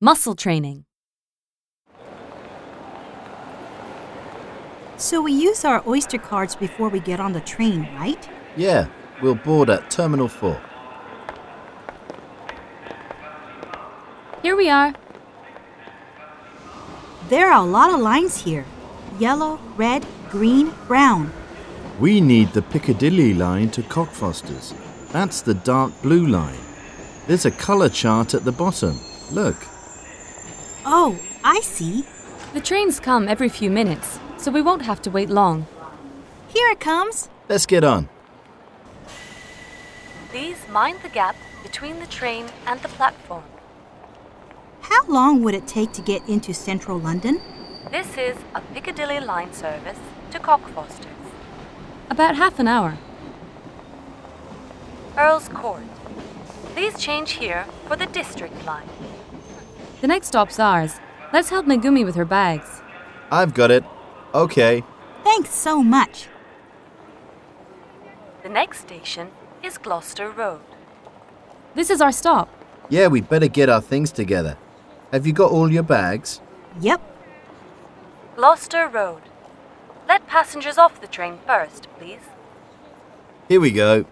Muscle training. So we use our Oyster cards before we get on the train, right? Yeah, we'll board at Terminal 4. Here we are. There are a lot of lines here yellow, red, green, brown. We need the Piccadilly line to Cockfosters. That's the dark blue line. There's a colour chart at the bottom. Look. Oh, I see. The trains come every few minutes, so we won't have to wait long. Here it comes. Let's get on. Please mind the gap between the train and the platform. How long would it take to get into central London? This is a Piccadilly line service to Cockfosters. About half an hour. Earl's Court. Please change here for the district line. The next stop's ours. Let's help Megumi with her bags. I've got it. Okay. Thanks so much. The next station is Gloucester Road. This is our stop. Yeah, we better get our things together. Have you got all your bags? Yep, Gloucester Road. Let passengers off the train first, please. Here we go.